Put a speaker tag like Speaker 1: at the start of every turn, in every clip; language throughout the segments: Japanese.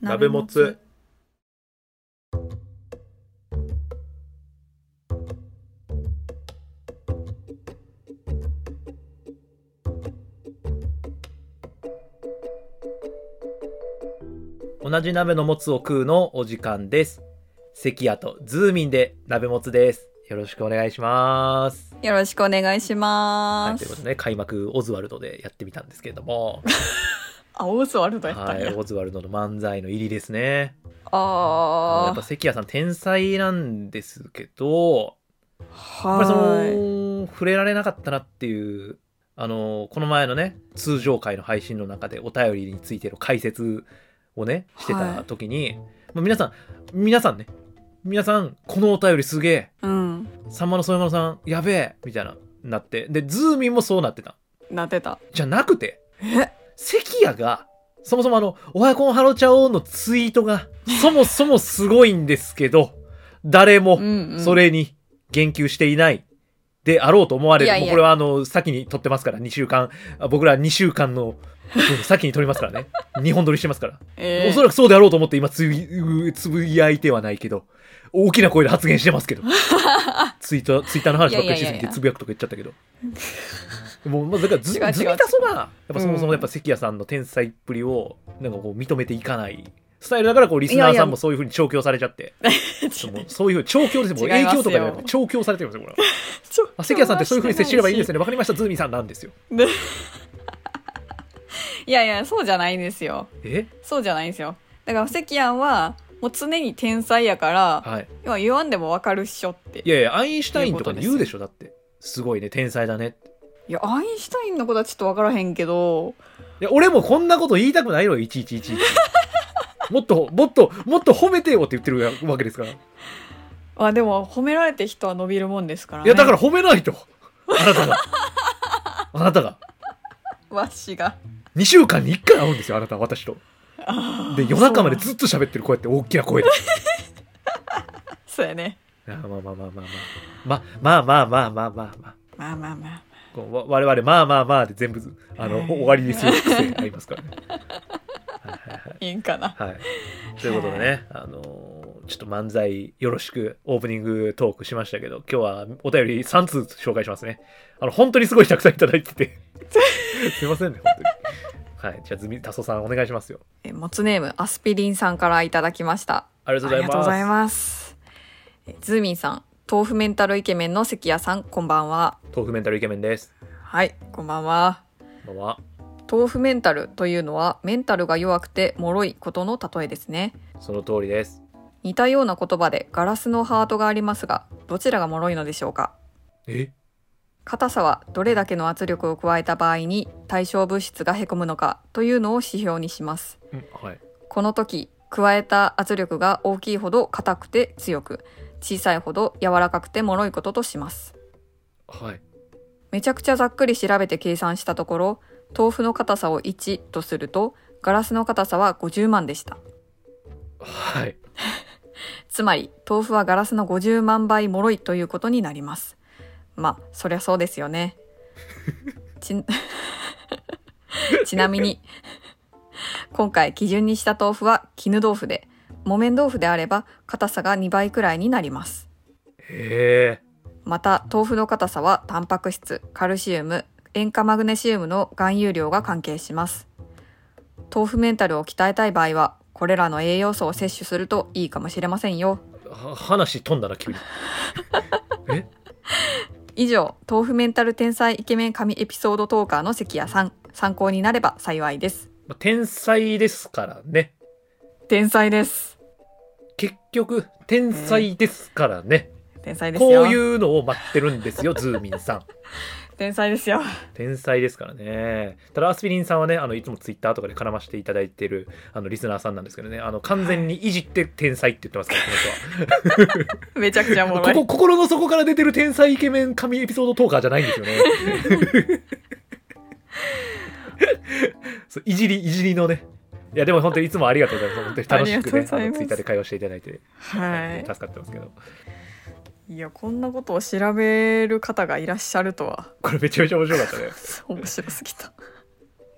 Speaker 1: 鍋もつ同じ鍋のもつを食うのお時間です関谷とズーミンで鍋もつですよろしくお願いします
Speaker 2: よろしくお願いし
Speaker 1: は
Speaker 2: ま
Speaker 1: いということ
Speaker 2: す。
Speaker 1: でね開幕オズワルドでやってみたんですけれども
Speaker 2: あ、オズワルド やった
Speaker 1: は
Speaker 2: ん
Speaker 1: い
Speaker 2: や。
Speaker 1: オズワルドの漫才の入りですねやっぱ
Speaker 2: あ
Speaker 1: 関谷さん天才なんですけど
Speaker 2: あ、
Speaker 1: やっぱりそ
Speaker 2: は
Speaker 1: の触れられなかったなっていうあのこの前のね通常回の配信の中でお便りについての解説をねして
Speaker 2: は
Speaker 1: た
Speaker 2: い
Speaker 1: 時に、まあ皆さん皆さんね皆さんこのお便りすげえ
Speaker 2: い。うん、
Speaker 1: さんまのそういうものさんやべえみたいななってでズーミンもそうなってた
Speaker 2: なってた。
Speaker 1: じゃなくて
Speaker 2: え、
Speaker 1: 関谷がそもそもあの「おはこんハロチャオ」のツイート がそもそもすごいんですけど誰も
Speaker 2: うん、うん、
Speaker 1: それに言及していないであろうと思われる。
Speaker 2: いやいや
Speaker 1: もうこれはあの、先に撮ってますから、2週間。あ僕ら2週間の、 うん先に撮りますからね。2本撮りしてますから。
Speaker 2: えー、
Speaker 1: おそらくそうであろうと思って今つぶ、つぶやいてはないけど、大きな声で発言してま すけど。ツイート、ツイッターの話ばっかりしす
Speaker 2: いやいやい
Speaker 1: ぎ
Speaker 2: や
Speaker 1: て
Speaker 2: いや
Speaker 1: つぶやくとか言っちゃった けど。もう、まあ、だからず、ず
Speaker 2: 違う違う
Speaker 1: みたそが、やっぱそもそうも
Speaker 2: ん
Speaker 1: やっぱ関谷さんの天才っぷりを、なんかこう認めていかない。スタイルだからこうリスナーさんもそういうふうに調教されちゃって。 そうもうそういう調教ですもう
Speaker 2: 違
Speaker 1: 影
Speaker 2: います
Speaker 1: 響
Speaker 2: よ
Speaker 1: とかじゃなくて調教されてるんですよ これは
Speaker 2: ちょ
Speaker 1: あ関谷さんってそういうふうに接すればいいんです
Speaker 2: よ。
Speaker 1: よねわかりましたズーミンさんなんですよ
Speaker 2: ねいやいや、そうじゃないんですよ。
Speaker 1: え
Speaker 2: そうじゃないんですよ。だから、関谷は、もう常に天才やから、
Speaker 1: はい
Speaker 2: 今言わんでもわかるっしょって。
Speaker 1: いやいやアインシュタインとか言うでしょだってすごいね天才だねって
Speaker 2: いや、アインシュタインのことはちょっとわからへんけど、
Speaker 1: いや俺もこんなこと言いたくないのよいちいちいちいちもっともっともっと褒めてよって言ってるわけですからい
Speaker 2: まあでも、褒められて人は伸びるもんですから、ね。
Speaker 1: やだから褒めないとあなたがあなたが
Speaker 2: ら。わしが。
Speaker 1: 2週間に1回会うんですよあなたは私と
Speaker 2: あー
Speaker 1: で夜中までずっと喋ってるこうやって大きな声で
Speaker 2: そうやね。
Speaker 1: いやまあまあまあまあまあまあまあまあまあまあまあ
Speaker 2: まあまあまあ。
Speaker 1: こうわ我々まあまあまあで全部あの
Speaker 2: はい
Speaker 1: 終わりにする癖ありますからね。はい
Speaker 2: いいんかな。
Speaker 1: はいはいはい、ということでね、あのーちょっと漫才よろしくオープニングトークしましたけど今日はお便り3通紹介しますね。あの本当にすごいたくさんいただいて てすいませんね本当に。はい、じゃあズミタソさんお願いしますよ。
Speaker 2: えモツネームアスピリンさんからいただきました。
Speaker 1: ありが
Speaker 2: あ
Speaker 1: と
Speaker 2: り
Speaker 1: う
Speaker 2: が
Speaker 1: ご
Speaker 2: とうご
Speaker 1: ざ
Speaker 2: ざ
Speaker 1: い
Speaker 2: い
Speaker 1: ます。
Speaker 2: ます。えズーミンさん、豆腐メンタルイケメンの関谷さん、こんばんは。
Speaker 1: 豆腐メンタルイケメンです。
Speaker 2: はい、こんばんは。
Speaker 1: こんばんは。
Speaker 2: 豆腐メンタルというのはメンタルが弱くて脆いことの例えですね。
Speaker 1: その通りです。
Speaker 2: 似たような言葉でガラスのハートがありますが、どちらが脆いのでしょうか
Speaker 1: え
Speaker 2: 硬さはどれだけの圧力を加えた場合に対象物質がへこむのかというのを指標にします。
Speaker 1: うんはい。
Speaker 2: この時加えた圧力が大きいほど硬くて強く小さいほど柔らかくて脆いこととします
Speaker 1: はい。
Speaker 2: めちゃくちゃざっくり調べて計算したところ豆腐の硬さを1とするとガラスの硬さは50万でした
Speaker 1: はい。
Speaker 2: つまり豆腐はガラスの50万倍脆いということになりますまあそりゃそうですよねち ちなみに今回基準にした豆腐は絹豆腐で木綿豆腐であれば硬さが2倍くらいになります
Speaker 1: へえ。
Speaker 2: また豆腐の硬さはタンパク質カルシウム塩化マグネシウムの含有量が関係します豆腐メンタルを鍛えたい場合はこれらの栄養素を摂取するといいかもしれませんよ
Speaker 1: は話飛んだな 急に。え
Speaker 2: 以上豆腐メンタル天才イケメン神エピソードトーカーの関谷さん参考になれば幸いです
Speaker 1: まあ天才ですからね
Speaker 2: 天才です
Speaker 1: 結局天才ですからね、
Speaker 2: 天才です
Speaker 1: こう
Speaker 2: よ
Speaker 1: いうのを待ってるんですよズ ーミンさん
Speaker 2: 天才ですよ
Speaker 1: 天才ですからねただアスピリンさんはねあのいつもツイッターとかで絡ましていただいてるあのリスナーさんなんですけどねあの完全にいじって天才って言ってますからこ
Speaker 2: めちゃくちゃおも
Speaker 1: の
Speaker 2: ろ
Speaker 1: 人はこ
Speaker 2: い
Speaker 1: こ心の底から出てる天才イケメン神エピソードトーカーじゃないんですよね そういじりいじりのねいやでも本当にいつもありがとうございます本当に楽しく
Speaker 2: ありがとう
Speaker 1: ね
Speaker 2: ご
Speaker 1: あ
Speaker 2: ざいます
Speaker 1: のツイッターで会話していただいて
Speaker 2: は
Speaker 1: 助かってますけど
Speaker 2: いいやこんなことを調べる方がいらっしゃるとは
Speaker 1: これめちゃめちゃ面白かったね
Speaker 2: 面白すぎた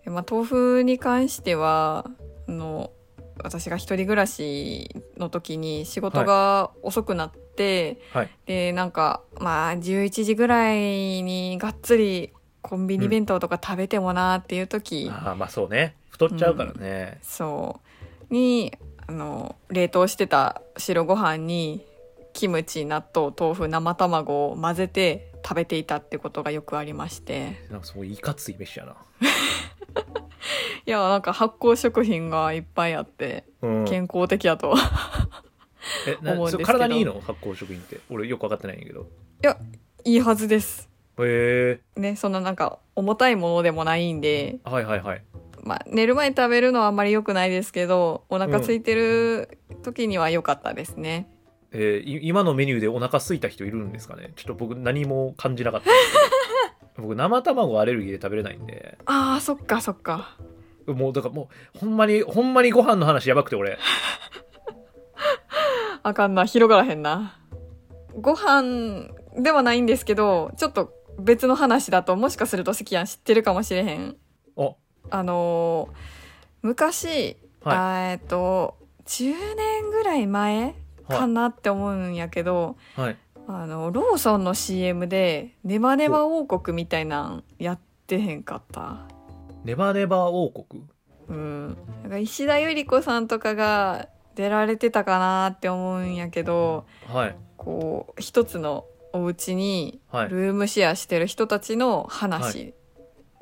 Speaker 2: えまあ豆腐に関してはあの私が一人暮らしの時に仕事が遅くなって、
Speaker 1: はい
Speaker 2: でなんかまあ11時ぐらいにがっつりコンビニ弁当とか食べてもなーっていう時、
Speaker 1: ああまあそうね太っちゃうからね、
Speaker 2: そうにあの冷凍してた白ご飯にキムチ納豆豆腐生卵を混ぜて食べていたってことがよくありまして
Speaker 1: なんかすごいいかつい飯やな、
Speaker 2: いやなんか発酵食品がいっぱいあって
Speaker 1: うん、え
Speaker 2: 健康的やと、 い
Speaker 1: な
Speaker 2: 思うんです
Speaker 1: それ
Speaker 2: けど
Speaker 1: 体にいいの発酵食品って俺よく分かってないんやけど
Speaker 2: やいいはずです
Speaker 1: へえ
Speaker 2: ねそんななんか重たいものでもないんで、
Speaker 1: はいはいはい
Speaker 2: まあ、寝る前に食べるのはあんまり良くないですけどお腹空いてる時には良かったですね、
Speaker 1: えーい今のメニューでお腹空いた人いるんですかねちょっと僕何も感じなかったんです けど僕生卵アレルギーで食べれないんで
Speaker 2: あーそっかそっか
Speaker 1: もうだからもうほんまにほんまにご飯の話やばくて俺
Speaker 2: あかんな、広がらへんな。ご飯ではないんですけど、ちょっと別の話だと、もしかすると関谷知ってるかもしれへん。
Speaker 1: あは
Speaker 2: あのー昔、
Speaker 1: はい
Speaker 2: あーえっと、10年ぐらい前かなって思うんやけど、
Speaker 1: い、はい、
Speaker 2: あの、ローソンの CM で、ネバネバ王国みたいなんやってへんかった。
Speaker 1: ネバネバ王国
Speaker 2: うん。なんか石田ゆり子さんとかが出られてたかなって思うんやけど、
Speaker 1: はい
Speaker 2: こう一つのお家に
Speaker 1: はい
Speaker 2: ルームシェアしてる人たちの話、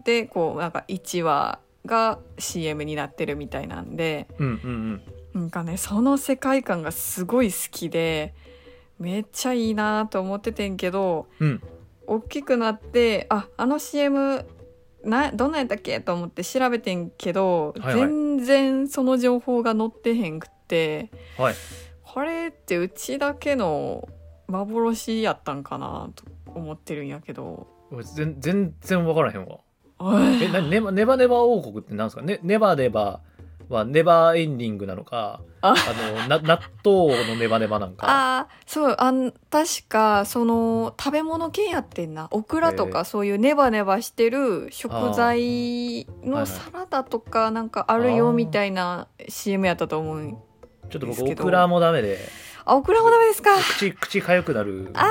Speaker 2: でこうなんか1話が CM になってるみたいなんで
Speaker 1: うんうんうん
Speaker 2: なんかねその世界観がすごい好きでめっちゃいいなと思っててんけど
Speaker 1: うん
Speaker 2: 大きくなってああの CM などんなんやったっけと思って調べてんけど、
Speaker 1: はいはい
Speaker 2: 全然その情報が載ってへんくって。
Speaker 1: はい
Speaker 2: これってうちだけの幻やったんかなと思ってるんやけど
Speaker 1: 俺全全然分からへんわ
Speaker 2: おい
Speaker 1: え何ネバネバネバ王国ってなんですかねネバネバはネバーエンディングなのかあ
Speaker 2: あ
Speaker 1: のな納豆のネバネバなんか
Speaker 2: あーそうあん確かその食べ物系やってんなオクラと
Speaker 1: へえ
Speaker 2: かそういうネバネバしてる食材
Speaker 1: あーはいはい
Speaker 2: のサラダとかなんかある
Speaker 1: あー
Speaker 2: よみたいな CM やったと思う
Speaker 1: ちょっと
Speaker 2: です
Speaker 1: 僕
Speaker 2: け
Speaker 1: オ
Speaker 2: ど
Speaker 1: クラもダメで
Speaker 2: あオクラもダメですか
Speaker 1: 口口痒くなるんで
Speaker 2: あ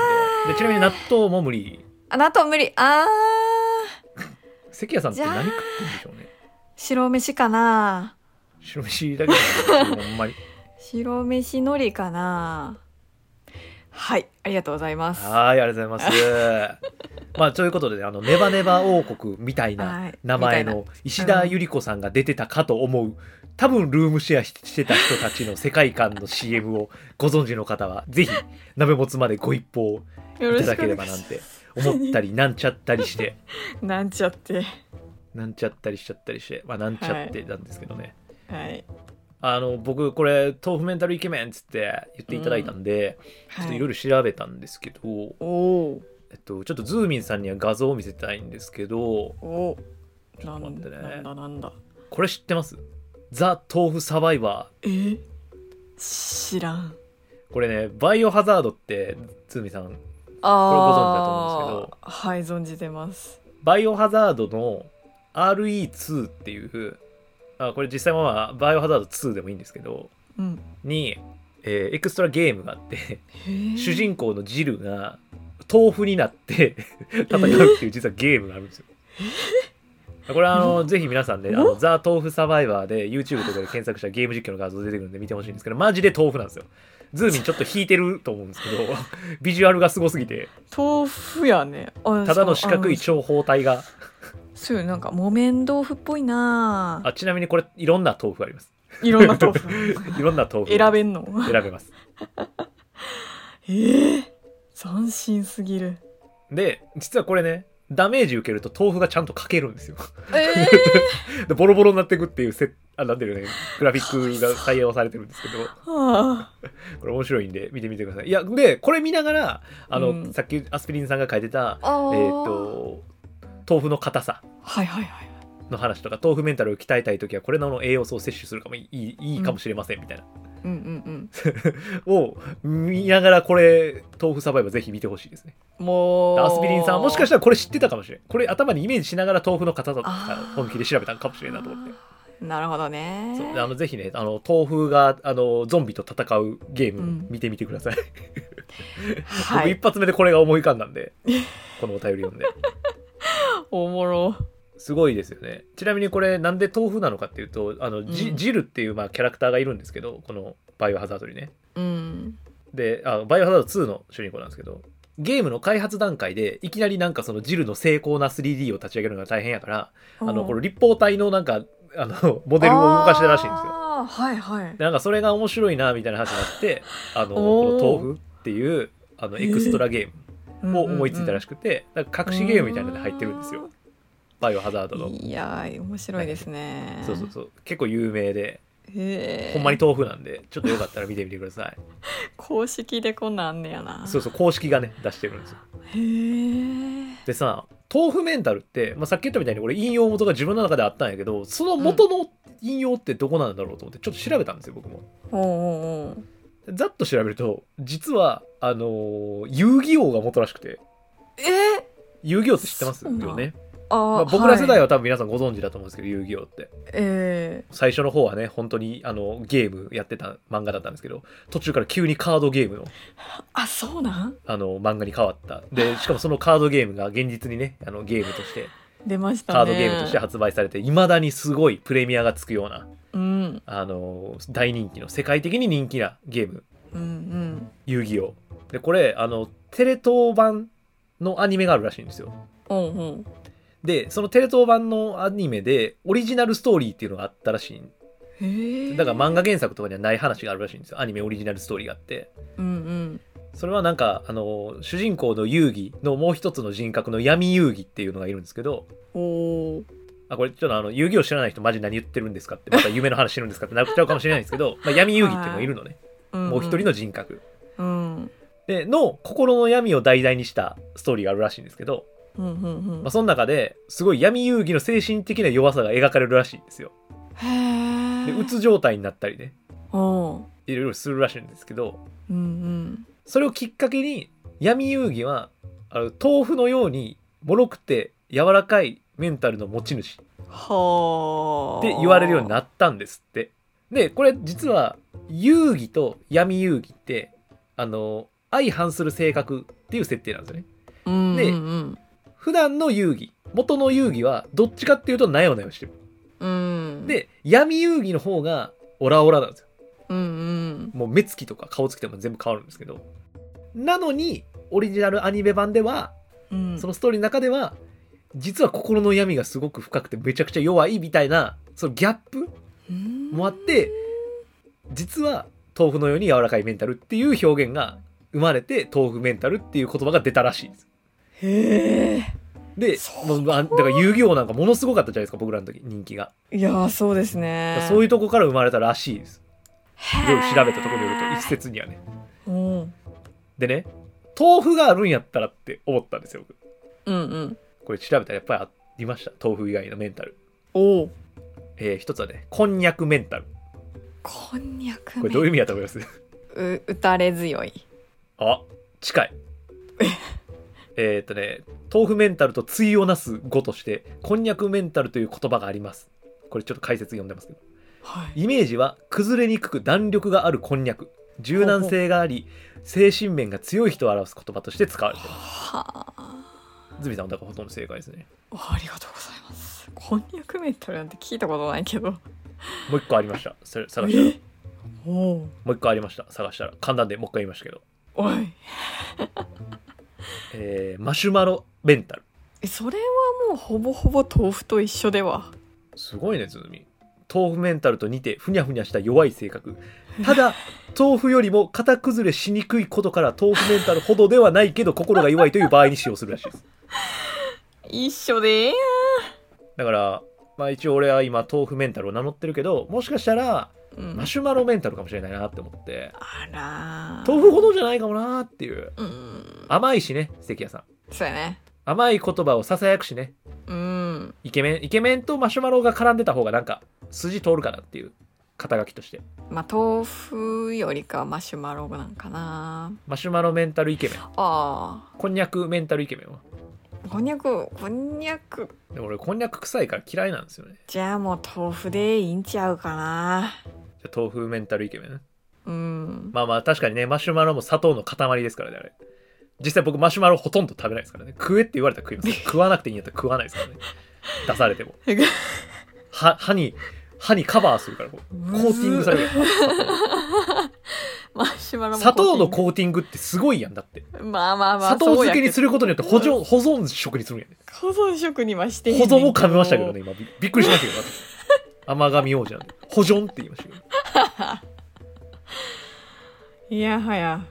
Speaker 2: ー
Speaker 1: でちなみに納豆も無理
Speaker 2: あなた無理あー
Speaker 1: 関谷さんって
Speaker 2: じゃあ
Speaker 1: 何食ってんでしょうね
Speaker 2: 白飯かな
Speaker 1: 白飯だけじゃないほんまに
Speaker 2: 白飯のりかなはいありがとうございます
Speaker 1: はいありがとうございますまあということでねあのネバネバ王国みたい
Speaker 2: は
Speaker 1: ない名前
Speaker 2: み
Speaker 1: の石田ゆり子さんが出てたかと思う多分ルームシェアしてた人たちの世界観の CM をご存知の方はぜひ鍋もつまでご一報
Speaker 2: よ
Speaker 1: い
Speaker 2: ろ
Speaker 1: た
Speaker 2: しく
Speaker 1: だければなんて思ったりなんちゃったりして
Speaker 2: なんちゃって。
Speaker 1: なんちゃったりしちゃったりしてまあなんちゃってなんですけどね、
Speaker 2: はい。
Speaker 1: あの僕これ豆腐メンタルイケメンっつって言っていただいたんで、ちょっといろいろ調べたんですけど、
Speaker 2: おお
Speaker 1: えっと、ちょっとズーミンさんには画像を見せたいんですけど
Speaker 2: ーおー。な
Speaker 1: ょっと待
Speaker 2: ん
Speaker 1: ってね
Speaker 2: なんだなんだ。
Speaker 1: これ知ってますザ・豆腐サバイバ
Speaker 2: えー知らん。
Speaker 1: ーこれねバイオハザードってズーミンさん
Speaker 2: ああ。
Speaker 1: これご存知だと思うんです
Speaker 2: はい、存じてます。
Speaker 1: バイオハザードの RE2 っていうあこれ実際は、まあ、バイオハザード2でもいいんですけど
Speaker 2: うん。
Speaker 1: に、えーエクストラゲームがあって主
Speaker 2: 主
Speaker 1: 人公のジルが豆腐になって 戦うっていう実はゲームがあるんですよ。これはあのぜひ皆さんね「あのザ・豆腐サバイバー」で YouTube とかで検索したらゲーム実況の画像出てくるんで見てほしいんですけどマジで豆腐なんですよ。ズーミンちょっと引いてると思うんですけ どビジュアルがすごすぎて
Speaker 2: 豆腐やね。あ
Speaker 1: ただの四角い
Speaker 2: そう
Speaker 1: 長方体が
Speaker 2: あのそうなんか木綿豆腐っぽいな
Speaker 1: あちなみにこれいろんな豆腐あります。
Speaker 2: いろんな豆腐
Speaker 1: いろんな豆腐
Speaker 2: 選べんの
Speaker 1: 選べます。
Speaker 2: えー、斬新すぎる
Speaker 1: で実はこれねダメージ受けると豆腐がちゃんとかけるんですよ。
Speaker 2: え
Speaker 1: でボロボロになっていくっていうセあなんていうのねグラフィックが採用されてるんですけど
Speaker 2: ー、あ
Speaker 1: これ面白いんで見てみてくださいいやでこれ見ながらあの、
Speaker 2: うん
Speaker 1: さっきアスピリンさんが書いてた
Speaker 2: あ
Speaker 1: えっ、
Speaker 2: ー
Speaker 1: と豆腐の硬さ
Speaker 2: はいはいはい
Speaker 1: の話とか豆腐メンタルを鍛えたい時はこれの栄養素を摂取するかもいいいいかもしれませんみたいな、
Speaker 2: うんうん
Speaker 1: を見ながらこれ豆腐サバイバーぜひ見てほしいですね
Speaker 2: うんもう
Speaker 1: アスピリンさんもしかしたたらこれ知ってたかもしれないこれ頭にイメージしながら豆腐の硬さと
Speaker 2: あ
Speaker 1: か
Speaker 2: ー
Speaker 1: 本気で調べたのかもしれんなと思って
Speaker 2: あーなるほどね
Speaker 1: そうあのぜひねあの豆腐があのゾンビと戦うゲーム見てみてください、
Speaker 2: は
Speaker 1: 僕
Speaker 2: い
Speaker 1: 一発目でこれが思い浮かんだんでこのお便り読んで
Speaker 2: おもろ
Speaker 1: すごいですよねちなみにこれなんで豆腐なのかっていうとあのジ,、
Speaker 2: うん
Speaker 1: ジルっていう、まあ、キャラクターがいるんですけどこの「バイオハザード」にね
Speaker 2: うん
Speaker 1: であバイオハザード2の主人公なんですけどゲームの開発段階でいきなりなんかそのジルの精巧な 3D を立ち上げるのが大変やからあのこの立方体のなんかあのモデルを動かしてらしいんですよ
Speaker 2: あーはいはい
Speaker 1: でなんかそれが面白いなみたいな話になって あのこ
Speaker 2: おー
Speaker 1: の豆腐っていうあのエクストラゲームを思いついたらし
Speaker 2: く
Speaker 1: くて、なんか隠しゲームみたいなので入ってるんですよバイオハザードの
Speaker 2: いやー面白いですね
Speaker 1: そうそうそう結構有名で
Speaker 2: へー
Speaker 1: ほんまに豆腐なんでちょっとよかったら見てみてください
Speaker 2: 公式でこんなんあんねやな
Speaker 1: そうそう公式がね出してるんですよ
Speaker 2: へえ
Speaker 1: でさ豆腐メンタルって、まあ、さっき言ったみたいに俺引用元が自分の中であったんやけどその元の引用ってどこなんだろうと思ってちょっと調べたんですよ僕も
Speaker 2: おうおうおう
Speaker 1: ざっと調べると実はあのー遊戯王が元らしくて
Speaker 2: えー
Speaker 1: 遊戯王って知ってます
Speaker 2: そ
Speaker 1: よ
Speaker 2: うなん
Speaker 1: ね、
Speaker 2: あー、
Speaker 1: まあ、僕ら世代
Speaker 2: は
Speaker 1: は多分皆さんご存知だと思うんですけど、遊戯王って
Speaker 2: い、え
Speaker 1: 最初の方はね本当にあのゲームやってた漫画だったんですけど途中から急にカードゲームの
Speaker 2: ー、あそうなん
Speaker 1: あの漫画に変わった でしかもそのカードゲームが現実にねあのゲームとして
Speaker 2: 出ましたね
Speaker 1: カードゲームとして発売されていまだにすごいプレミアがつくような
Speaker 2: うん
Speaker 1: あの大人気の世界的に人気なゲーム
Speaker 2: うんうん
Speaker 1: 遊戯王でこれあのテレ東版のアニメがあるらしいんですよ
Speaker 2: おうおう
Speaker 1: でそのテレ東版のアニメでオリジナルストーリーっていうのがあったらしいん
Speaker 2: へー
Speaker 1: だから漫画原作とかにはない話があるらしいんですよアニメオリジナルストーリーがあって
Speaker 2: うん
Speaker 1: それはなんかあの主人公の遊戯のもう一つの人格の闇遊戯っていうのがいるんですけど
Speaker 2: うんおー
Speaker 1: あこれちょっとあの遊戯を知らない人マジ何言ってるんですかってまた夢の話してるんですかってなっちゃうかもしれないんですけど、まあ、闇遊戯っていうのがいるのね
Speaker 2: うんん
Speaker 1: もう一人の人格
Speaker 2: うん
Speaker 1: での心の闇を題材にしたストーリーがあるらしいんですけど、
Speaker 2: うんうんうん
Speaker 1: まあ、その中ですごい闇遊戯の精神的な弱さが描かれるらしいんですよ
Speaker 2: へ
Speaker 1: で
Speaker 2: え
Speaker 1: うつ状態になったりね
Speaker 2: おう
Speaker 1: いろいろするらしいんですけど
Speaker 2: うんうん
Speaker 1: それをきっかけに闇遊戯はあの豆腐のように脆くて柔らかいメンタルの持ち主
Speaker 2: はあ
Speaker 1: って言われるように
Speaker 2: っ
Speaker 1: なったんですってでこれ実は遊戯と闇遊戯ってあの相反する性格っていう設定なんですよね
Speaker 2: て、うん
Speaker 1: で
Speaker 2: うん
Speaker 1: 普段の遊戯元の遊戯はどっちかっていうとなよなよしてる
Speaker 2: うんうん、
Speaker 1: で闇遊戯の方がオラオラなんですよ
Speaker 2: うんうん
Speaker 1: もう目つきとか顔つきとかも全部変わるんですけどなのにオリジナルアニメ版では
Speaker 2: うん
Speaker 1: そのストーリーの中では実は心の闇がすごく深くてめちゃくちゃ弱いみたいなそのギャップ
Speaker 2: うん
Speaker 1: もあって実は豆腐のように柔らかいメンタルっていう表現が生まれて豆腐メンタルっていう言葉が出たらしいです。
Speaker 2: へえ
Speaker 1: で
Speaker 2: そう
Speaker 1: もうあだから遊戯王なんかものすごかったじゃないですか僕らの時人気が、
Speaker 2: いやーそうですね
Speaker 1: そういううとこから生まれたらしいですいろいろ調べたところによると一
Speaker 2: 説
Speaker 1: 説にはね
Speaker 2: うん
Speaker 1: でね豆腐があるんやったらって思ったんですよ僕
Speaker 2: うんうん
Speaker 1: これ調べたらやっぱりありました豆腐以外のメンタル、
Speaker 2: おお
Speaker 1: えー一つはねこんにゃくメンタル
Speaker 2: こんにゃく
Speaker 1: これどういう意味だと思います
Speaker 2: う打たれ強い
Speaker 1: あ 近いえーっとね豆腐メンタルと対をなす語としてこんにゃくメンタルという言葉がありますこれちょっと解説読んでますけど
Speaker 2: はい
Speaker 1: イメージは崩れにくく弾力があるこんにゃく柔軟性があり精神面が強い人を表す言葉として使われていま
Speaker 2: はあ
Speaker 1: すズミさんもだからほとんど正解ですね
Speaker 2: ありがとうございますこんにゃくメンタルなんて聞いたことないけど
Speaker 1: もう一個ありましたそれ探したら
Speaker 2: えおお
Speaker 1: もう一個ありました探したら簡単でもう一回言いましたけど、
Speaker 2: おい
Speaker 1: えーマシュマロメンタル
Speaker 2: えそれはもうほぼほぼ豆腐と一緒では
Speaker 1: すごいねズミ豆腐メンタルと似てふにゃふにゃした弱い性格ただ豆腐よりも型崩れしにくいことから豆腐メンタルほどではないけど心が弱いという場合に使用するらしいです
Speaker 2: 一緒でええやん
Speaker 1: だからまあ一応俺は今豆腐メンタルを名乗ってるけどもしかしたら
Speaker 2: うん
Speaker 1: マシュマロメンタルかもしれないなって思って
Speaker 2: あらー
Speaker 1: 豆腐ほどじゃないかもなーっていう
Speaker 2: うん
Speaker 1: 甘いしね関谷さん
Speaker 2: そうやね
Speaker 1: 甘い言葉をささやくしね
Speaker 2: うん
Speaker 1: イケメンイケメンとマシュマロが絡んでた方がなんか筋通るかなっていう肩書きとして
Speaker 2: まあ豆腐よりかはマシュマロなんかな
Speaker 1: マシュマロメンタルイケメン
Speaker 2: あ
Speaker 1: こんにゃくメンタルイケメンは
Speaker 2: ーこんにゃくこんにゃく
Speaker 1: でも俺こんにゃく臭いから嫌いなんですよね
Speaker 2: じゃあもう豆腐でいいんちゃうかな
Speaker 1: じゃあ豆腐メンタルイケメン
Speaker 2: うん
Speaker 1: まあまあ確かにねマシュマロも砂糖の塊ですからねあれ実際僕マシュマロほとんど食べないですからね食えって言われたら食います食わなくていいんやったら食わないですからね出されても歯歯に歯にカバーするからこうコーティングされる
Speaker 2: マシュマロも
Speaker 1: 砂糖の
Speaker 2: コ
Speaker 1: コーティングってすごいやんだって
Speaker 2: ーティングまあまあまあ
Speaker 1: 砂糖漬けにすることによって保
Speaker 2: そう
Speaker 1: 存保存食にするんやね
Speaker 2: 保存食にはしてへん
Speaker 1: 保
Speaker 2: ねん
Speaker 1: 存を噛みましたけどね今びびっくりしましたけど私甘噛み王子なんで保存って言いましたけど
Speaker 2: いやはや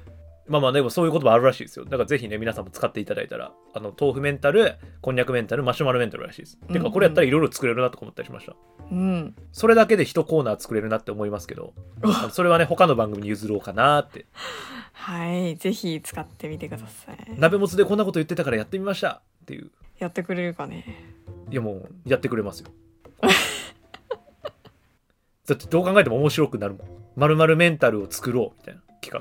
Speaker 1: まあまあでもそういう言葉あるらしいですよだからぜひね皆さんも使っていただいたらあの豆腐メンタルこんにゃくメンタルマシュマロメンタルらしいです、
Speaker 2: うんうん
Speaker 1: てかこれやったらいろいろ作れるなとか思ったりしました
Speaker 2: うん
Speaker 1: それだけで一コーナー作れるなって思いますけどあのそれはね他の番組に譲ろうかなって
Speaker 2: はいぜひ使ってみてください
Speaker 1: 鍋もつでこんなこと言ってたからやってみましたっていう
Speaker 2: やってくれるかね
Speaker 1: いやもうやってく れますよだってどう考えても面白くなるもん「まるメンタルを作ろう」みたいな企画
Speaker 2: あ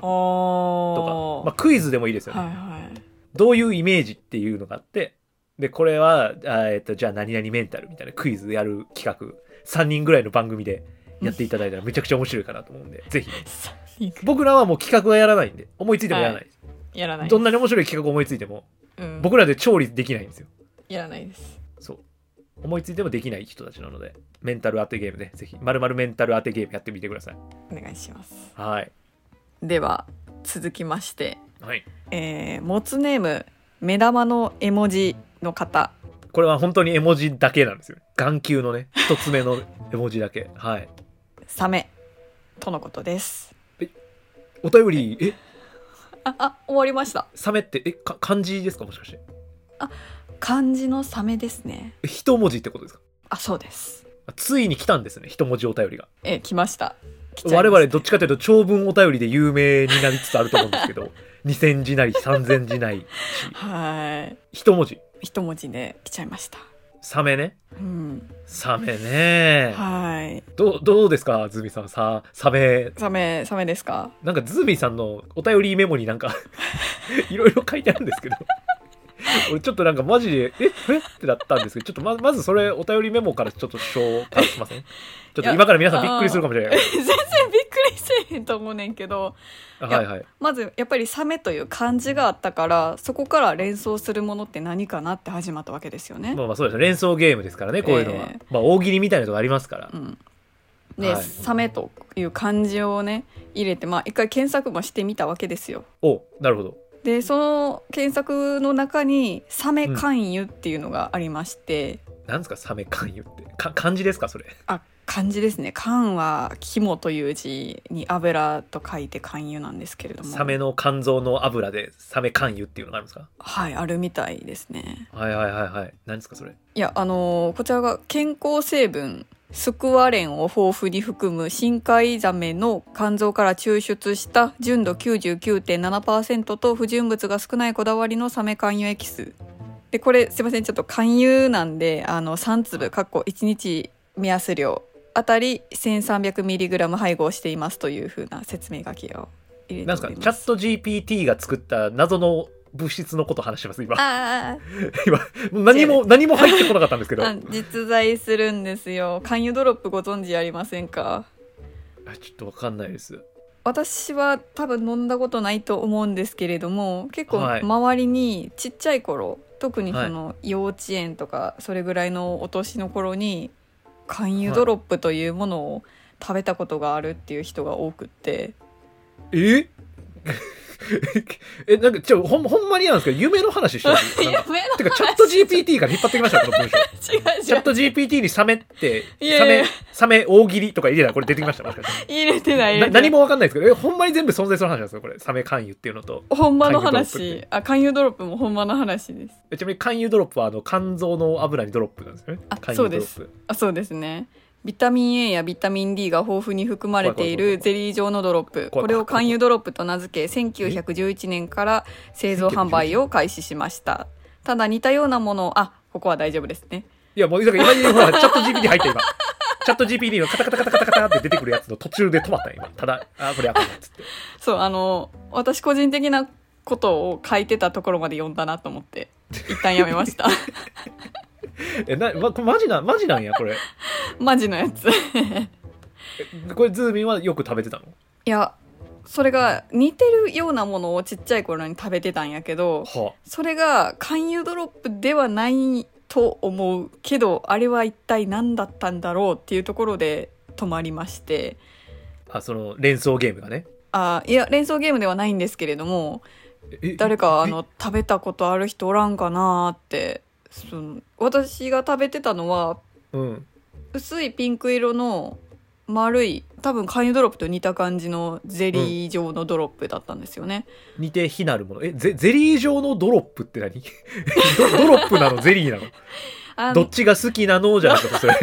Speaker 2: ー
Speaker 1: とか、まあ、クイズでもいいですよね、
Speaker 2: はいはい
Speaker 1: どういうイメージっていうのがあってでこれはあ、えっと、じゃあ何々メンタルみたいなクイズやる企画3人ぐらいの番組でやっていただいたらめちゃくちゃ面白いかなと思うんでぜひ
Speaker 2: さあいく
Speaker 1: 僕らはもう企画はやらないんで思いついてもやらない、
Speaker 2: やらない
Speaker 1: どんなに面白い企画思いついても
Speaker 2: うん
Speaker 1: 僕らで調理できないんですよ
Speaker 2: やらないです
Speaker 1: そう思いついてもできない人たちなのでメンタル当てゲームねぜひまるまるメンタル当てゲームやってみてください
Speaker 2: お願いします
Speaker 1: はい
Speaker 2: では続きまして
Speaker 1: はい
Speaker 2: えー、モツネーム目玉の絵文字の方
Speaker 1: これは本当に絵文字だけなんですよ眼球のね一つ目の絵文字だけはい
Speaker 2: サメとのことです
Speaker 1: お便りえ
Speaker 2: ああ終わりました
Speaker 1: サメってえか漢字ですかもしかして
Speaker 2: 漢字のサメですね
Speaker 1: え一文字ってことですか
Speaker 2: あそうです
Speaker 1: あついに来たんですね一文字お便りが、
Speaker 2: え来ました来ちゃいました
Speaker 1: 我々どっちかというと長文お便りで有名になりつつあると思うんで すけど2000字なり3000字なり
Speaker 2: はい
Speaker 1: 一文字
Speaker 2: 一文字で来ちゃいました
Speaker 1: サメね
Speaker 2: うん
Speaker 1: サメね
Speaker 2: はい
Speaker 1: どうどうですかズミさんさサメ
Speaker 2: サメサメですか
Speaker 1: なんかズミさんのお便りメモになん かいろいろ書いてあるんですけど俺ちょっとなんかマジでええってなったんですけどちょっとままずそれお便りメモからちょっと紹介しませんちょっ
Speaker 2: い
Speaker 1: と
Speaker 2: や
Speaker 1: 今から皆さんびっくりするかもしれな い
Speaker 2: 全然びっくりせえへんと思うねんけど
Speaker 1: あ
Speaker 2: いや
Speaker 1: はいはい
Speaker 2: まずやっぱりサメという漢字があったからそこから連想するものって何かなって始まったわけですよね、
Speaker 1: まあまあそうですね連想ゲームですからねこういうのは、
Speaker 2: ええ
Speaker 1: まあ大喜利みたいなとこありますから、
Speaker 2: うん、で、
Speaker 1: はい
Speaker 2: サメという漢字をね入れてまあ一回検索もしてみたわけですよ
Speaker 1: おなるほど
Speaker 2: でその検索の中にサメ勧誘っていうのがありまして、
Speaker 1: なんですかサメ勧誘ってか漢字ですかそれ
Speaker 2: あ漢字ですね肝は肝という字に油と書いて肝油なんですけれども
Speaker 1: サメの肝臓の油でサメ勧誘っていうのがあるんですか
Speaker 2: はいあるみたいですね
Speaker 1: はいはいはいはい何ですかそれ
Speaker 2: いやあのーこちらが健康成分スクワレンを豊富に含む深海ザメの肝臓から抽出した純度99.7%と不純物が少ないこだわりのサメ肝油エキスでこれすいませんちょっと肝油なんであの3粒かっこ1日目安量あたり 1300mg 配合していますというふうな説明書きを入れ
Speaker 1: なん
Speaker 2: て
Speaker 1: す
Speaker 2: お
Speaker 1: か
Speaker 2: り
Speaker 1: チ
Speaker 2: ます
Speaker 1: ャット GPT が作った謎の物質のこと話してます今
Speaker 2: あーあー
Speaker 1: 今何も何も入ってこなかったんですけど
Speaker 2: あーあ実在するんですよ肝油ドロップご存知ありませんか
Speaker 1: あちょっとわかんないです
Speaker 2: 私は多分飲んだことないと思うんですけれども結構
Speaker 1: はい
Speaker 2: 周りにちっちゃい頃、特にその幼稚園とかそれぐらいのお年の頃に勧誘ドロップというものを食べたことがあるっていう人が多くって、
Speaker 1: え えなんかちょほんほんまになんですけど夢の 話してます
Speaker 2: 夢
Speaker 1: なんか
Speaker 2: の
Speaker 1: てかチャット GPT から引っ張ってきましたこの文章
Speaker 2: 違う
Speaker 1: チ
Speaker 2: 違
Speaker 1: ャッ
Speaker 2: う
Speaker 1: ト GPT にサメって、
Speaker 2: いや
Speaker 1: サ
Speaker 2: いや
Speaker 1: メ、サメ大喜利とか入れたらこれ出てきました、もしかして。
Speaker 2: 入れてない入
Speaker 1: な
Speaker 2: れてない
Speaker 1: 何もわかんないですけど、え、ほんまに全部存在する話なんですかこれ、サメ勧誘っていうのと。
Speaker 2: ほんまの
Speaker 1: 勧誘ドロップっ
Speaker 2: 話あ勧誘ドロップもほんまの話です
Speaker 1: えちなみに勧誘ドロップは、あの、肝臓の油にドロップなんですよね。
Speaker 2: あ
Speaker 1: 勧誘
Speaker 2: そう
Speaker 1: ドロ
Speaker 2: で
Speaker 1: ッ
Speaker 2: す
Speaker 1: プ。
Speaker 2: あそうですねビタミン A やビタミン D が豊富に含まれているゼリー状のドロップ
Speaker 1: 怖い怖い怖い
Speaker 2: これを勧誘ドロップと名付け1911年から製造販売を開始しましたただ似たようなものあここは大丈夫ですね
Speaker 1: いや、もう、だから今、ほら、チャット GPT 入った今。チャット GPT のカタカタカタカタカタって出てくるやつの途中で止まったよ今。ただ、あ、これあかんなっつって。
Speaker 2: そうあの私個人的なことを書いてたところまで読んだなと思って一旦やめました
Speaker 1: えな、ま、これマジなマジなんやこれ
Speaker 2: マジのやつ
Speaker 1: えこれズーミンはよく食べてたの
Speaker 2: いやそれが似てるようなものをちっちゃい頃に食べてたんやけど
Speaker 1: は
Speaker 2: それが勧誘ドロップではないと思うけどあれは一体何だったんだろうっていうところで止まりまして
Speaker 1: あその連想ゲームがね
Speaker 2: あいや連想ゲームではないんですけれども
Speaker 1: え
Speaker 2: 誰かあ
Speaker 1: え
Speaker 2: の食べたことある人おらんかなーってその私が食べてたのは
Speaker 1: うん
Speaker 2: 薄いピンク色の丸い多分勧誘ドロップと似た感じのゼリー状のドロップだったんですよね、
Speaker 1: 似て非なるものえゼゼリー状のドロップって何 ドドロップなのゼリーなの
Speaker 2: あ
Speaker 1: どっちが好きなのじゃなくて それ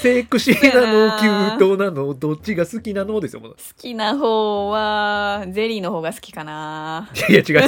Speaker 1: セクシーなのキュートなのどっちが好きなのですよもう
Speaker 2: 好きな方はゼリーの方が好きかない
Speaker 1: や違う違う違 う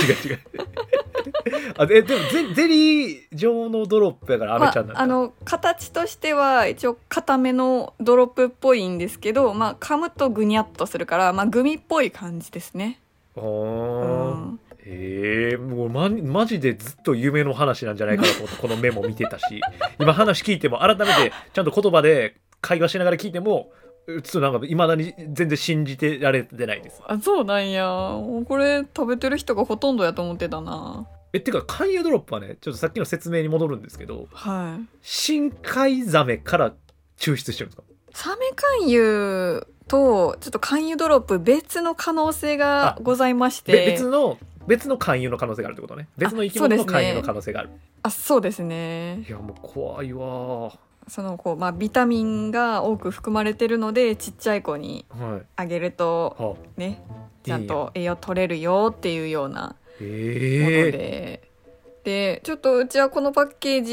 Speaker 1: あえでもゼゼリー状のドロップやからアメちゃんなんだ、
Speaker 2: まあ、あの形としては一応固めのドロップっぽいんですけど、まあ、噛むとぐにゃっとするから、まあ、グミっぽい感じですね、う
Speaker 1: おー
Speaker 2: ん、
Speaker 1: ええもうママジでずっと夢の話なんじゃないかなと思ってこのメモ見てたし 今話聞いても改めてちゃんと言葉で会話しながら聞いてもちょっとなんかいまだに全然信じてられてないです
Speaker 2: あそうなんやもうこれ食べてる人がほとんどやと思ってたな
Speaker 1: えっていうか勧誘ドロップはねちょっとさっきの説明に戻るんですけど
Speaker 2: はい
Speaker 1: 深海ザメから抽出してるんですか
Speaker 2: サメ勧誘とちょっと勧誘ドロップ別の可能性がございまし
Speaker 1: べ
Speaker 2: て
Speaker 1: 別の別の勧誘の可能性があるってことね別の生き物の
Speaker 2: あそうですね
Speaker 1: 勧誘の可能性がある
Speaker 2: あそうですね
Speaker 1: いやもう怖いわー
Speaker 2: そのこう、まあ、ビタミンが多く含まれてるのでちっちゃい子に
Speaker 1: はい
Speaker 2: あげると
Speaker 1: は
Speaker 2: ね
Speaker 1: いい
Speaker 2: ち
Speaker 1: や
Speaker 2: ゃんと栄養取れるよっていうようなもの
Speaker 1: ええ
Speaker 2: で、でちょっとうちはこのパッケー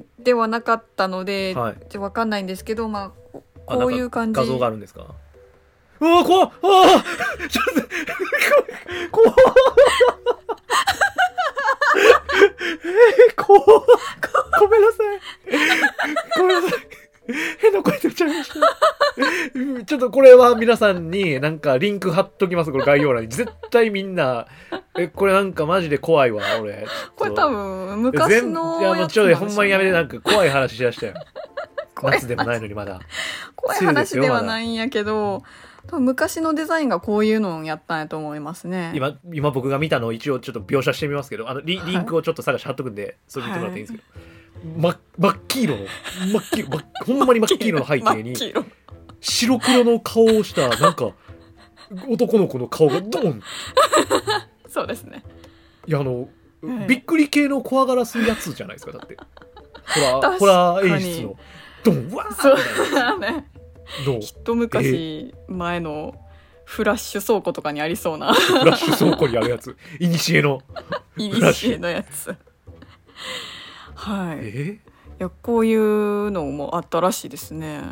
Speaker 2: ジではなかったので、
Speaker 1: はい
Speaker 2: ちょっとわかんないんですけどまあこ
Speaker 1: あ
Speaker 2: こういう感じ
Speaker 1: なんか画像があるんですかうわ怖っあーちょっと怖っえー、怖っごめんなさいごめんなさい変な声出ちゃいましたうんちょっとこれは皆さんになんかリンク貼っときますこれ概要欄に絶対みんなえこれなんかマジで怖いわ俺
Speaker 2: これ多分
Speaker 1: ちょっと
Speaker 2: 昔の
Speaker 1: 全いやもう
Speaker 2: やつ
Speaker 1: ちょっとほんまにやめて
Speaker 2: な
Speaker 1: なんんか怖い話しだしたよ
Speaker 2: 怖い
Speaker 1: 夏でもないのにまだ
Speaker 2: 怖 い
Speaker 1: つゆです
Speaker 2: 話
Speaker 1: よ
Speaker 2: ではないんやけど、多分昔のデザインがこういうのをやったんやと思いますね。
Speaker 1: 今今僕が見たのを一応ちょっと描写してみますけどあのリ
Speaker 2: はい
Speaker 1: リンクをちょっと探して貼っとくんでそれ見てもらっていいですけど、ま真っ黄色の真っ黄色真っほんまに真っ黄色の背 景に
Speaker 2: 真っ黄色
Speaker 1: 白黒の顔をしたなんか男の子の顔がドン
Speaker 2: そうですね。
Speaker 1: いやあの、
Speaker 2: はい
Speaker 1: びっくり系の怖がらすやつじゃないですかだってホラー
Speaker 2: 確
Speaker 1: ホラ
Speaker 2: かに
Speaker 1: ー演出のドンわー
Speaker 2: そう
Speaker 1: みたい
Speaker 2: だね。
Speaker 1: なの
Speaker 2: 一昔前のフラッシュ倉庫とかにありそうな、
Speaker 1: フラッシュ倉庫にあるやついにしえの
Speaker 2: い
Speaker 1: フラッ
Speaker 2: に
Speaker 1: シュ
Speaker 2: しえのやつ。はい。い
Speaker 1: え
Speaker 2: や、こういうのもあったらしいですね。っ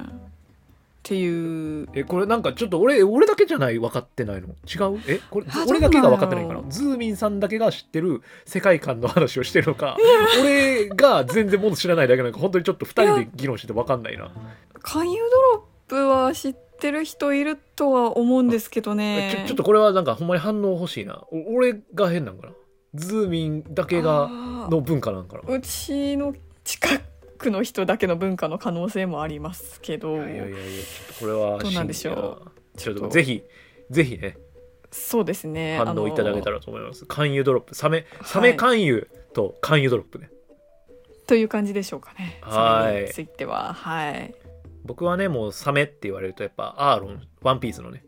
Speaker 2: ていう。
Speaker 1: えこれなんかちょっと俺俺だけじゃない分かってないの違うえこれ
Speaker 2: あ
Speaker 1: 俺だけが分かってない
Speaker 2: どう
Speaker 1: か
Speaker 2: な
Speaker 1: ら
Speaker 2: んや
Speaker 1: ズーミンさんだけが知ってる世界観の話をしてるのか俺が全然もの知らないだけなんか本当にちょっと2人で議論してて分かんないな、
Speaker 2: 勧誘ドロップは知ってる人いるとは思うんですけどね。
Speaker 1: ちょちょっとこれはなんかほんまに反応欲しいなお俺が変なんかなズーミンだけ
Speaker 2: あ
Speaker 1: が
Speaker 2: ー
Speaker 1: の文化なんかな
Speaker 2: うちの近くの人だけの文化の可能性もありますけど
Speaker 1: いやいやいやいやちょっとこれは
Speaker 2: どうなんでしょう
Speaker 1: 真理やなちょっ
Speaker 2: ちょ
Speaker 1: と
Speaker 2: っと
Speaker 1: ぜひぜひね
Speaker 2: そうですね
Speaker 1: 反応いただけた
Speaker 2: ら
Speaker 1: らと思います勧誘ドロップサメサメ勧誘と勧誘ドロップね
Speaker 2: という感じでしょうかね
Speaker 1: はい
Speaker 2: それについてははい
Speaker 1: 僕はねもうサメって言われるとやっぱアーロンワンピースのね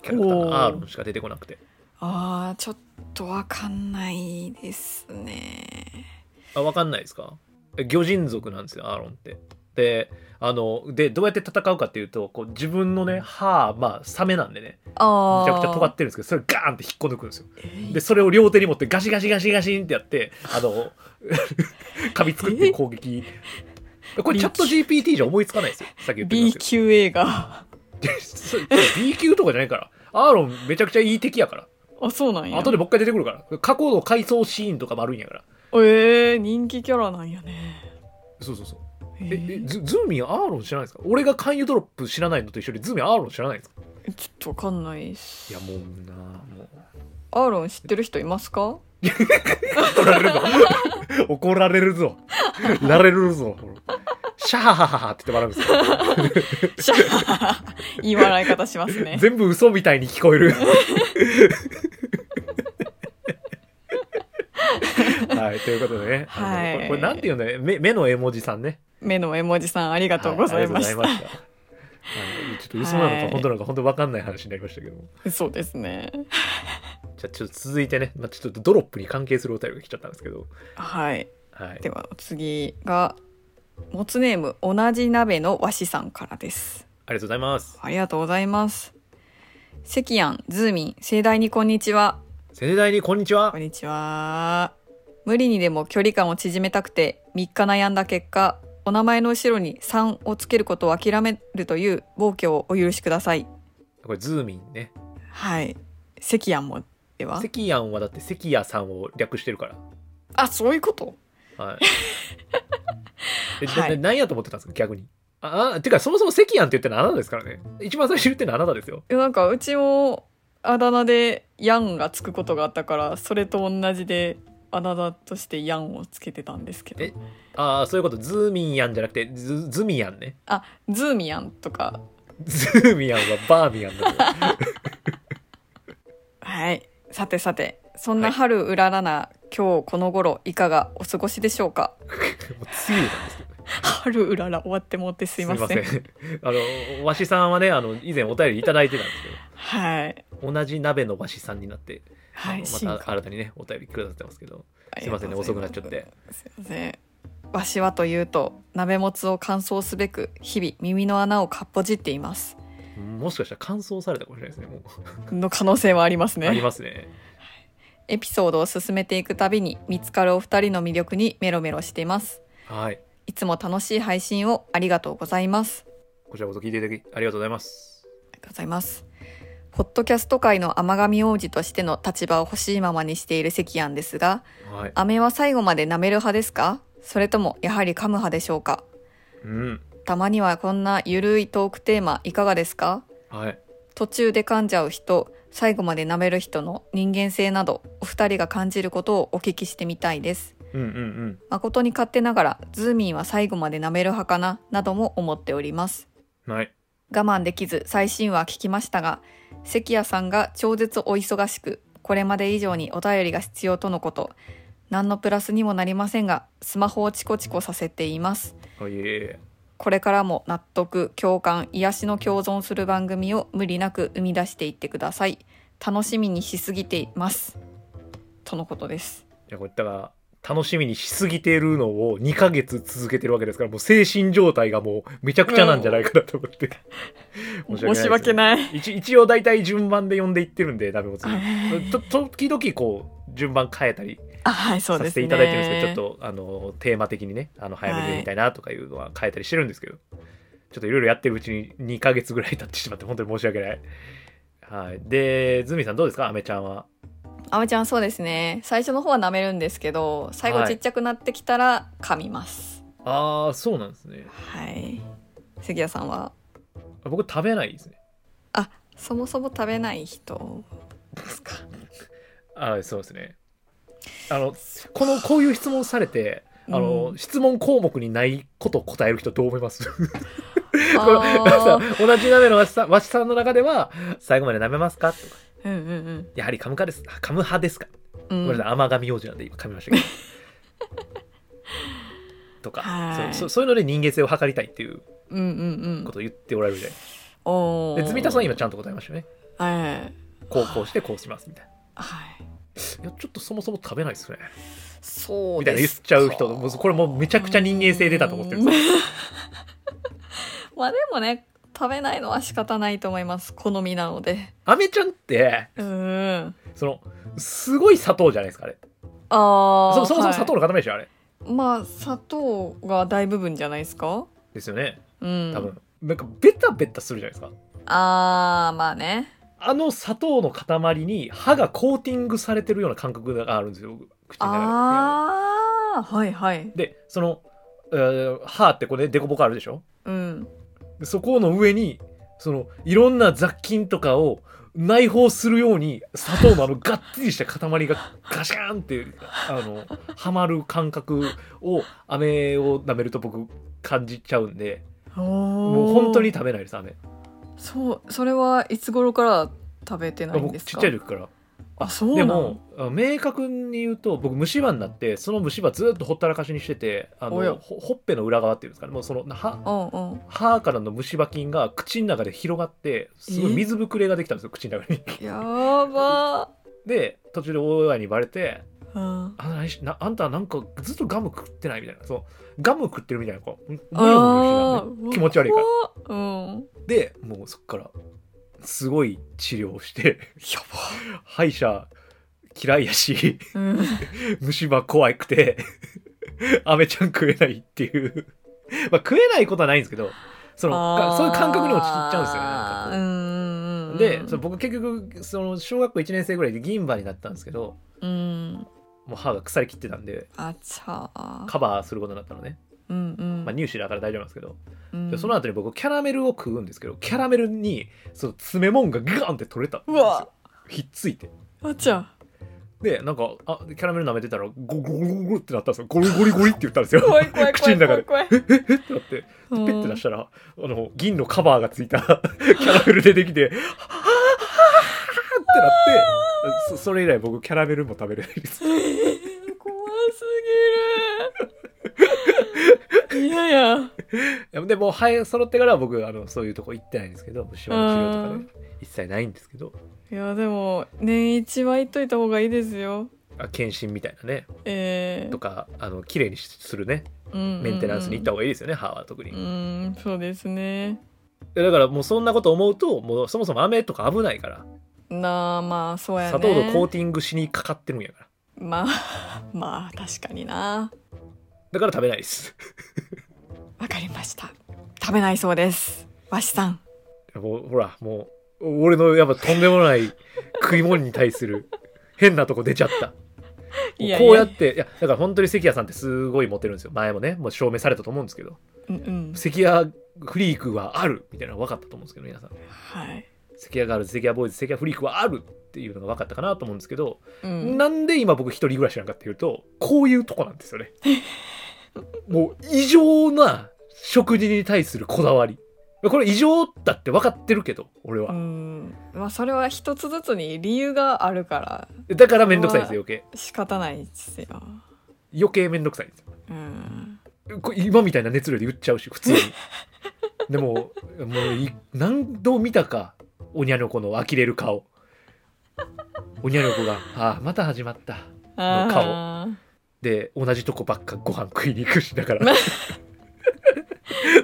Speaker 1: キャラクター
Speaker 2: お
Speaker 1: の
Speaker 2: ー
Speaker 1: アーロンしか出てこなくて
Speaker 2: あーちょっとわかんないですね
Speaker 1: あわかんないですかえ魚人族なんですよアーロンってであのでどうやって戦うかっていうとこう自分のね歯まあサメなんでね
Speaker 2: あ
Speaker 1: め
Speaker 2: あ
Speaker 1: ちゃくちゃ尖ってるんですけどそれをガーンって引っこ抜くんですよでそれを両手に持ってガシガシガシガシンってやってあの 噛みつくっていう攻撃これチャット GPT じゃ思いつかないですよさっき言ってま
Speaker 2: B
Speaker 1: すけど
Speaker 2: 級映画
Speaker 1: それそれ B 級とかじゃないからアーロンめちゃくちゃいい敵やから
Speaker 2: あそうなんや
Speaker 1: 後でもう一回出てくるから過去の回想シーンとかもあるんやから
Speaker 2: えー、人気キャラなんやね
Speaker 1: そうそうそう
Speaker 2: え
Speaker 1: え
Speaker 2: ー
Speaker 1: えズズーミンアーロン知らないですか俺が勧誘ドロップ知らないのと一緒でズーミンアーロン知らないですか
Speaker 2: ちょっとわかんないっす
Speaker 1: いやもうなもう
Speaker 2: アーロン知ってる人いますか
Speaker 1: 怒られるぞ怒られるぞられるぞシャハハハハって言って笑うんですよ
Speaker 2: シャーいい笑い方しますね。
Speaker 1: 全部嘘みたいに聞こえ るはいということでね、あの
Speaker 2: はい
Speaker 1: これこれなんて言うんだろうね目目の絵文字さんね
Speaker 2: 目の絵文字さんありがとうございました。
Speaker 1: はいありがとうございましたあのちょっと嘘なの
Speaker 2: は
Speaker 1: か
Speaker 2: い
Speaker 1: 本当なのか本当わかんない話になりましたけども
Speaker 2: そうですね。
Speaker 1: じゃあちょっと続いてね、まあ、ちょっとドロップに関係するお便りが来ちゃったんですけど
Speaker 2: はい。
Speaker 1: はい
Speaker 2: では次がもつネーム同じ鍋の和紙さんからです。
Speaker 1: ありがとうございます
Speaker 2: ありがとうございます。関庵、ズーミン、盛大にこんにちは。
Speaker 1: 世代にこんにちは
Speaker 2: こんにちは。無理にでも距離感を縮めたくて3日悩んだ結果、お名前の後ろに3をつけることを諦めるという暴挙をお許しください。
Speaker 1: これズーミンね
Speaker 2: はい。関庵もでは
Speaker 1: 関庵はだって関谷さんを略してるから
Speaker 2: あ、そういうこと
Speaker 1: はい。え、
Speaker 2: はい
Speaker 1: なななんやと思ってたんですか逆に。ああてかそもそも関庵って言ってるのあなたですからね。一番最初に言ってるのあなたですよ。
Speaker 2: いやなんかうちもあだ名でヤンがつくことがあったから、それと同じであだ名としてヤンをつけてたんですけど
Speaker 1: え。ああそういうことズーミンやんじゃなくてズズミヤンね。
Speaker 2: あ、ズーミヤンとか。
Speaker 1: ズーミヤンはバーミヤンだけど。
Speaker 2: はい。さてさて、そんな春うららな、今日この頃いかがお過ごしでしょうか
Speaker 1: もうつゆなんですけど ね。
Speaker 2: 春うらら終わってもってすいません
Speaker 1: すいません。あ のわしさんはねあの以前お便りいただいてたんです
Speaker 2: はい
Speaker 1: けど同じ鍋のわしさんになって、
Speaker 2: は
Speaker 1: あ
Speaker 2: い
Speaker 1: の
Speaker 2: 進
Speaker 1: ま
Speaker 2: 化
Speaker 1: た新たにねお便りくださってますけど。
Speaker 2: あり
Speaker 1: すいま
Speaker 2: が
Speaker 1: せ
Speaker 2: とう
Speaker 1: んね
Speaker 2: ご
Speaker 1: 遅
Speaker 2: ざい
Speaker 1: くな
Speaker 2: ま
Speaker 1: っ
Speaker 2: す
Speaker 1: ちゃって。
Speaker 2: すいませんわしはというと鍋もつを乾燥すべく日々耳の穴をかっぽじっています
Speaker 1: もしかしたら乾燥されたかもしれないですね。もう
Speaker 2: の可能性はあります
Speaker 1: あり
Speaker 2: ね
Speaker 1: ますね。
Speaker 2: エピソードを進めていくたびに見つかるお二人の魅力にメロメロしています
Speaker 1: はい。
Speaker 2: いつも楽しい配信をありがとうございます
Speaker 1: こちらこそ聞いていただきありがとうございます。
Speaker 2: ありがとうございますポッドキャスト界の天神王子としての立場を欲しいままにしている関庵ですが
Speaker 1: はい。
Speaker 2: 飴は最後まで舐める派ですかそれともやはり噛む派でしょうか
Speaker 1: うん。
Speaker 2: たまにはこんなゆるいトークテーマいかがですか
Speaker 1: はい。
Speaker 2: 途中で噛んじゃう人最後まで舐める人の人間性などお二人が感じることをお聞きしてみたいです
Speaker 1: うんうんうん。
Speaker 2: 誠に勝手ながらズーミンは最後まで舐める派かななども思っております
Speaker 1: はい。
Speaker 2: 我慢できず最新話聞きましたが関谷さんが超絶お忙しくこれまで以上にお便りが必要とのこと何のプラスにもなりませんがスマホをチコチコさせています
Speaker 1: あいえいえ。
Speaker 2: これからも納得共感癒しの共存する番組を無理なく生み出していってください楽しみにしすぎていますとのことです
Speaker 1: いやこれだから楽しみにしすぎてるのを2ヶ月続けてるわけですから、もう精神状態がもうめちゃくちゃなんじゃないかなと 思って。
Speaker 2: 申し訳
Speaker 1: い
Speaker 2: ない
Speaker 1: です。一一応大体順番で呼んでいってるんで、ダメもつ
Speaker 2: はい
Speaker 1: ちょ時々こう、順番変えたり
Speaker 2: あはいそう
Speaker 1: さ
Speaker 2: で
Speaker 1: せ
Speaker 2: す
Speaker 1: て
Speaker 2: ね
Speaker 1: いただいてるんですけど、ちょっとあのテーマ的にね、あの早めに
Speaker 2: はい
Speaker 1: 読みたいなとかいうのは変えたりしてるんですけど、ちょっといろいろやってるうちに2ヶ月ぐらい経ってしまって、本当に申し訳ない。はい。で、ズミさんどうですかアメちゃんは。
Speaker 2: あめちゃんそうですね最初の方は舐めるんですけど最後
Speaker 1: はい
Speaker 2: ちっちゃくなってきたら噛みます
Speaker 1: ああそうなんですね
Speaker 2: はい関谷さんは
Speaker 1: 僕食べないですね
Speaker 2: あそもそも食べない人ですか
Speaker 1: あそうですねあのこのこういう質問されてあの、
Speaker 2: うん
Speaker 1: 質問項目にないことを答える人どう思います この
Speaker 2: あー
Speaker 1: 同じ鍋のわしさんわしさんの中では最後まで舐めますかとか
Speaker 2: うんうん
Speaker 1: やはり噛むかです噛む派ですか、
Speaker 2: うん
Speaker 1: ごめんなさい甘神王子なんで今噛みましたけ どとか
Speaker 2: はい
Speaker 1: そうそうそういうので人間性を測りたいっていう
Speaker 2: うんうんうん
Speaker 1: ことを言っておられるじゃないです
Speaker 2: うんお
Speaker 1: かで
Speaker 2: ー
Speaker 1: 住田さんは今ちゃんと答えましたよね
Speaker 2: はい
Speaker 1: こうこうしてこうしますみたいな
Speaker 2: はい
Speaker 1: いやちょっとそもそも食べないですね
Speaker 2: そう
Speaker 1: みたいな言っちゃう人もうこれもうめちゃくちゃ人間性出たと思ってるんです
Speaker 2: すよまあでもね食べないのは仕方ないと思います好みなので
Speaker 1: アメちゃんって
Speaker 2: うん
Speaker 1: そのすごい砂糖じゃないですかあれ
Speaker 2: あー
Speaker 1: そそもそも砂糖
Speaker 2: は
Speaker 1: の塊でしょあれ
Speaker 2: いまあ砂糖が大部分じゃないですか
Speaker 1: ですよね
Speaker 2: うん
Speaker 1: 多分、なんかベタベタするじゃないですか
Speaker 2: あーまあね
Speaker 1: あの砂糖の塊に歯がコーティングされてるような感覚があるんですよ僕口の中
Speaker 2: ああはいはい
Speaker 1: ででその、えー歯ってこれ凸凹あるでしょ
Speaker 2: うん
Speaker 1: でそこの上にそのいろんな雑菌とかを内包するように砂糖のあのがっちりした塊がガシャーンってあのはまる感覚を飴を舐めると僕感じちゃうんでも
Speaker 2: も
Speaker 1: う本当に食べないです飴
Speaker 2: そうそれはいつ頃から食べてないん
Speaker 1: 僕
Speaker 2: です
Speaker 1: ち
Speaker 2: か
Speaker 1: っちゃい時から
Speaker 2: あそう
Speaker 1: で
Speaker 2: な
Speaker 1: も
Speaker 2: の
Speaker 1: あ明確に言うと僕虫歯になってその虫歯ずっとほったらかしにしててあ
Speaker 2: おや
Speaker 1: のほほっぺの裏側っていうんですかねもうその歯
Speaker 2: うんうん
Speaker 1: 歯からの虫歯菌が口の中で広がってすごい水ぶくれができたんですよ口の中に。
Speaker 2: やーば
Speaker 1: で途中で大家にバレて
Speaker 2: ー、うん、
Speaker 1: あ何しなあんたなんかずっとガム食ってないみたいなそうガム食ってるみたいなこう
Speaker 2: あー
Speaker 1: 気持ち悪いか
Speaker 2: ら
Speaker 1: ら
Speaker 2: うんや
Speaker 1: でもうそっからすごい治療をして歯医者嫌いやし
Speaker 2: ばー、うん、
Speaker 1: 虫歯怖くて アメちゃん食えないっていうまあ食えないことはないんですけどそのかそういう感覚に陥っちゃうんですよねなんかこう
Speaker 2: うん
Speaker 1: でその僕結局その小学校1年生ぐらいで銀歯になったんですけど
Speaker 2: うん
Speaker 1: もう歯が腐りきってたんで
Speaker 2: あちゃー
Speaker 1: カバーすることになったのね、
Speaker 2: うんうん
Speaker 1: まあ、乳歯だから大丈夫なんですけど、
Speaker 2: うん
Speaker 1: でその後に僕キャラメルを食うんですけどキャラメルにその詰め物がガーンって取れたんです
Speaker 2: うわ
Speaker 1: よひっついて
Speaker 2: あちゃ
Speaker 1: でなんかあキャラメル舐めてたらゴゴゴゴゴってなったんですよゴリゴリゴリって言ったんですよ
Speaker 2: 怖い怖い
Speaker 1: 口
Speaker 2: 怖
Speaker 1: の
Speaker 2: い怖
Speaker 1: 中で
Speaker 2: い怖い
Speaker 1: え ってなって
Speaker 2: ペ
Speaker 1: ペッて出したら、あの、銀のカバーがついた キャラメル出てきて、はぁはぁはぁはぁってなって、そそれ以来僕キャラメルも食べれないです。
Speaker 2: 怖すぎるいやいや
Speaker 1: でも、はい、揃ってからは僕、あの、そういうとこ行ってないんですけど、虫歯の治療とかで一切ないんですけど、
Speaker 2: いやでも年一は行っといた方がいいですよ
Speaker 1: あ検診みたいなね、
Speaker 2: え
Speaker 1: とか、あの、綺麗にするね、
Speaker 2: ー、
Speaker 1: メンテナンスに行ったた方がいいですよね、歯は特に。
Speaker 2: うんそうですね
Speaker 1: でだからもうそんなこと思うと、もうそもそも飴とか危ないから、
Speaker 2: なあまあそうやね
Speaker 1: 砂糖のコーティングしにかかってるんやから。
Speaker 2: まあまあ確かにな
Speaker 1: だから食べないです。
Speaker 2: わかりました食べないそうですわしさん
Speaker 1: もうほらもう俺のやっぱとんでもない食い物に対 する変なとこ出ちゃった
Speaker 2: いやいや
Speaker 1: こうやっていやだから本当に関谷さんってすごいモテるんですよ前もねもう証明されたと思うんですけど
Speaker 2: うんうん
Speaker 1: 関谷フリークはあるみたいなのが分かったと思うんですけど皆さん
Speaker 2: はい、
Speaker 1: 関谷ガールズ関谷ボーイズ関谷フリークはあるっていうのが分かったかなと思うんですけど、
Speaker 2: うん、
Speaker 1: なんで今僕一人暮らしなんかっていうとこういうとこなんですよね もう異常な食事に対するこだわりこれ異常だって分かってるけど俺は
Speaker 2: う、んまあそれは一つずつに理由があるから
Speaker 1: だからめんどくさいんですよ、余計。
Speaker 2: 仕方ないですよ
Speaker 1: 余計めんどくさいんです
Speaker 2: うん
Speaker 1: よ。これ今みたいな熱量で言っちゃうし、普通に。でも、もうい何度見たか、おにゃの子の呆れる顔。おにゃの子が、ああ、また始まった。の顔
Speaker 2: あー
Speaker 1: で、同じとこばっかご飯食いに行くし、だから。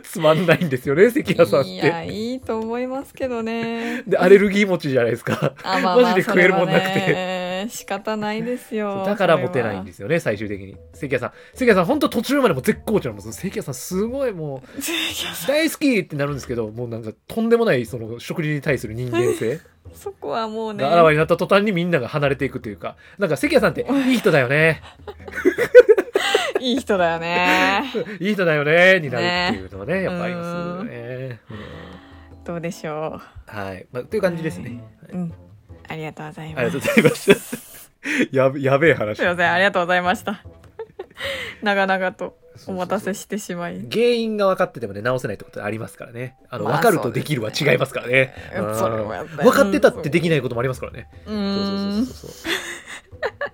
Speaker 1: つまんないんですよね、関谷さんっ
Speaker 2: いや
Speaker 1: て。
Speaker 2: いいと思いますけど ね
Speaker 1: で、アレルギー持ちじゃないですか。
Speaker 2: あまあ
Speaker 1: マジで食えるもんなくて
Speaker 2: それはね仕方ないですよ
Speaker 1: だからモテないんですすよね、最終的に。関谷さん、関谷さん、本当途中までも絶好調なんですよ。関谷さん、すごいもう。大好きってなるんですけどもうなんかとんでもないその食事に対する人間性
Speaker 2: そこはもうね
Speaker 1: があらわになった途端にみんなが離れていくというかなんか関谷さんっていい人だ よね
Speaker 2: いい人だよね
Speaker 1: いい人だよねになるっていうのはねやっぱありますよね。
Speaker 2: どうでしょ
Speaker 1: うんはい、まあ、という感じですね。
Speaker 2: ううんありがとうござい
Speaker 1: あ
Speaker 2: ま
Speaker 1: り
Speaker 2: す
Speaker 1: がとうございました。 やべやべえ話。
Speaker 2: すいませんありがとうございました 長々とお待たせ
Speaker 1: し
Speaker 2: してしまい
Speaker 1: 原因が分かっててもね直せないってことありますからねあの
Speaker 2: まあ
Speaker 1: 分かるとできるは違いますからね,うん、
Speaker 2: それはやっぱり
Speaker 1: 分かってたってできないこともありますからね、
Speaker 2: う
Speaker 1: そうそうそ
Speaker 2: ー
Speaker 1: うんそうそ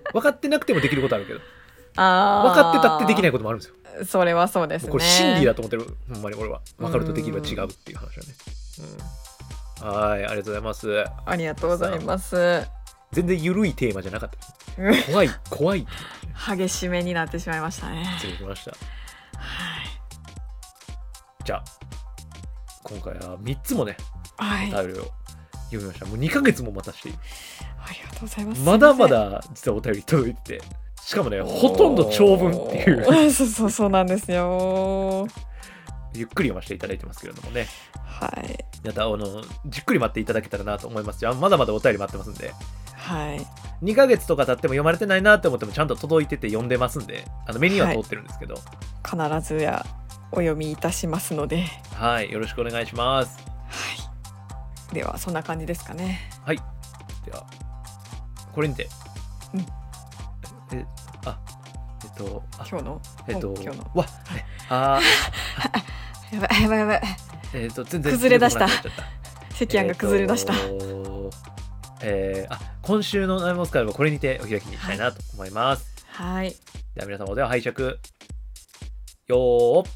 Speaker 1: う分かってなくてもできることあるけど
Speaker 2: あ
Speaker 1: 分かってたってできないいこともあるんですよ。
Speaker 2: それはそうですね
Speaker 1: これ真理だと思ってる、ほんまに俺は。分かるとできれば違うっていう話だね。うん、はい、ありがとうございます。
Speaker 2: ありがとうございます
Speaker 1: 全然ゆるいテーマじゃなかった。
Speaker 2: うん
Speaker 1: 怖い、怖いって
Speaker 2: 激しめになってしまいましたね
Speaker 1: 言ってきました。
Speaker 2: はい
Speaker 1: じゃあ、今回は3つもね、
Speaker 2: はい
Speaker 1: お便りを読みました。もう2ヶ月も待たしている。
Speaker 2: ありがとうございます。
Speaker 1: まだまだ実はお便り届いてて、しかもね、ほとんど長文ってい
Speaker 2: お
Speaker 1: う、
Speaker 2: ー。そうそうそうなんですよ。
Speaker 1: ゆっくり読ませていただいてますけれどもね、
Speaker 2: はい
Speaker 1: またあのじっくり待っていただけたらなと思いますよ。まだまだお便り待ってますんで。
Speaker 2: はい
Speaker 1: 2ヶ月とか経っても読まれてないなって思ってもちゃんと届いてて読んでますんであの目には通ってるんですけどはい、
Speaker 2: 必ずやお読みいたしますので、は
Speaker 1: よろしくお願いします
Speaker 2: いではそんな感じですかね
Speaker 1: はい。では、これにて。
Speaker 2: うん
Speaker 1: え、あ、えっと、あ、
Speaker 2: 今日の
Speaker 1: えっと
Speaker 2: 今日の、
Speaker 1: わ、えあー、
Speaker 2: やばいやばいやばい
Speaker 1: えっと、全 然
Speaker 2: 崩れ出した
Speaker 1: 出てこなくなっちゃった
Speaker 2: 関庵が崩れ出した、
Speaker 1: えーとえーあ今週のナイモスカイはこれにてお開きにしたいなと思います。
Speaker 2: はい
Speaker 1: では皆様では拝借。よーっ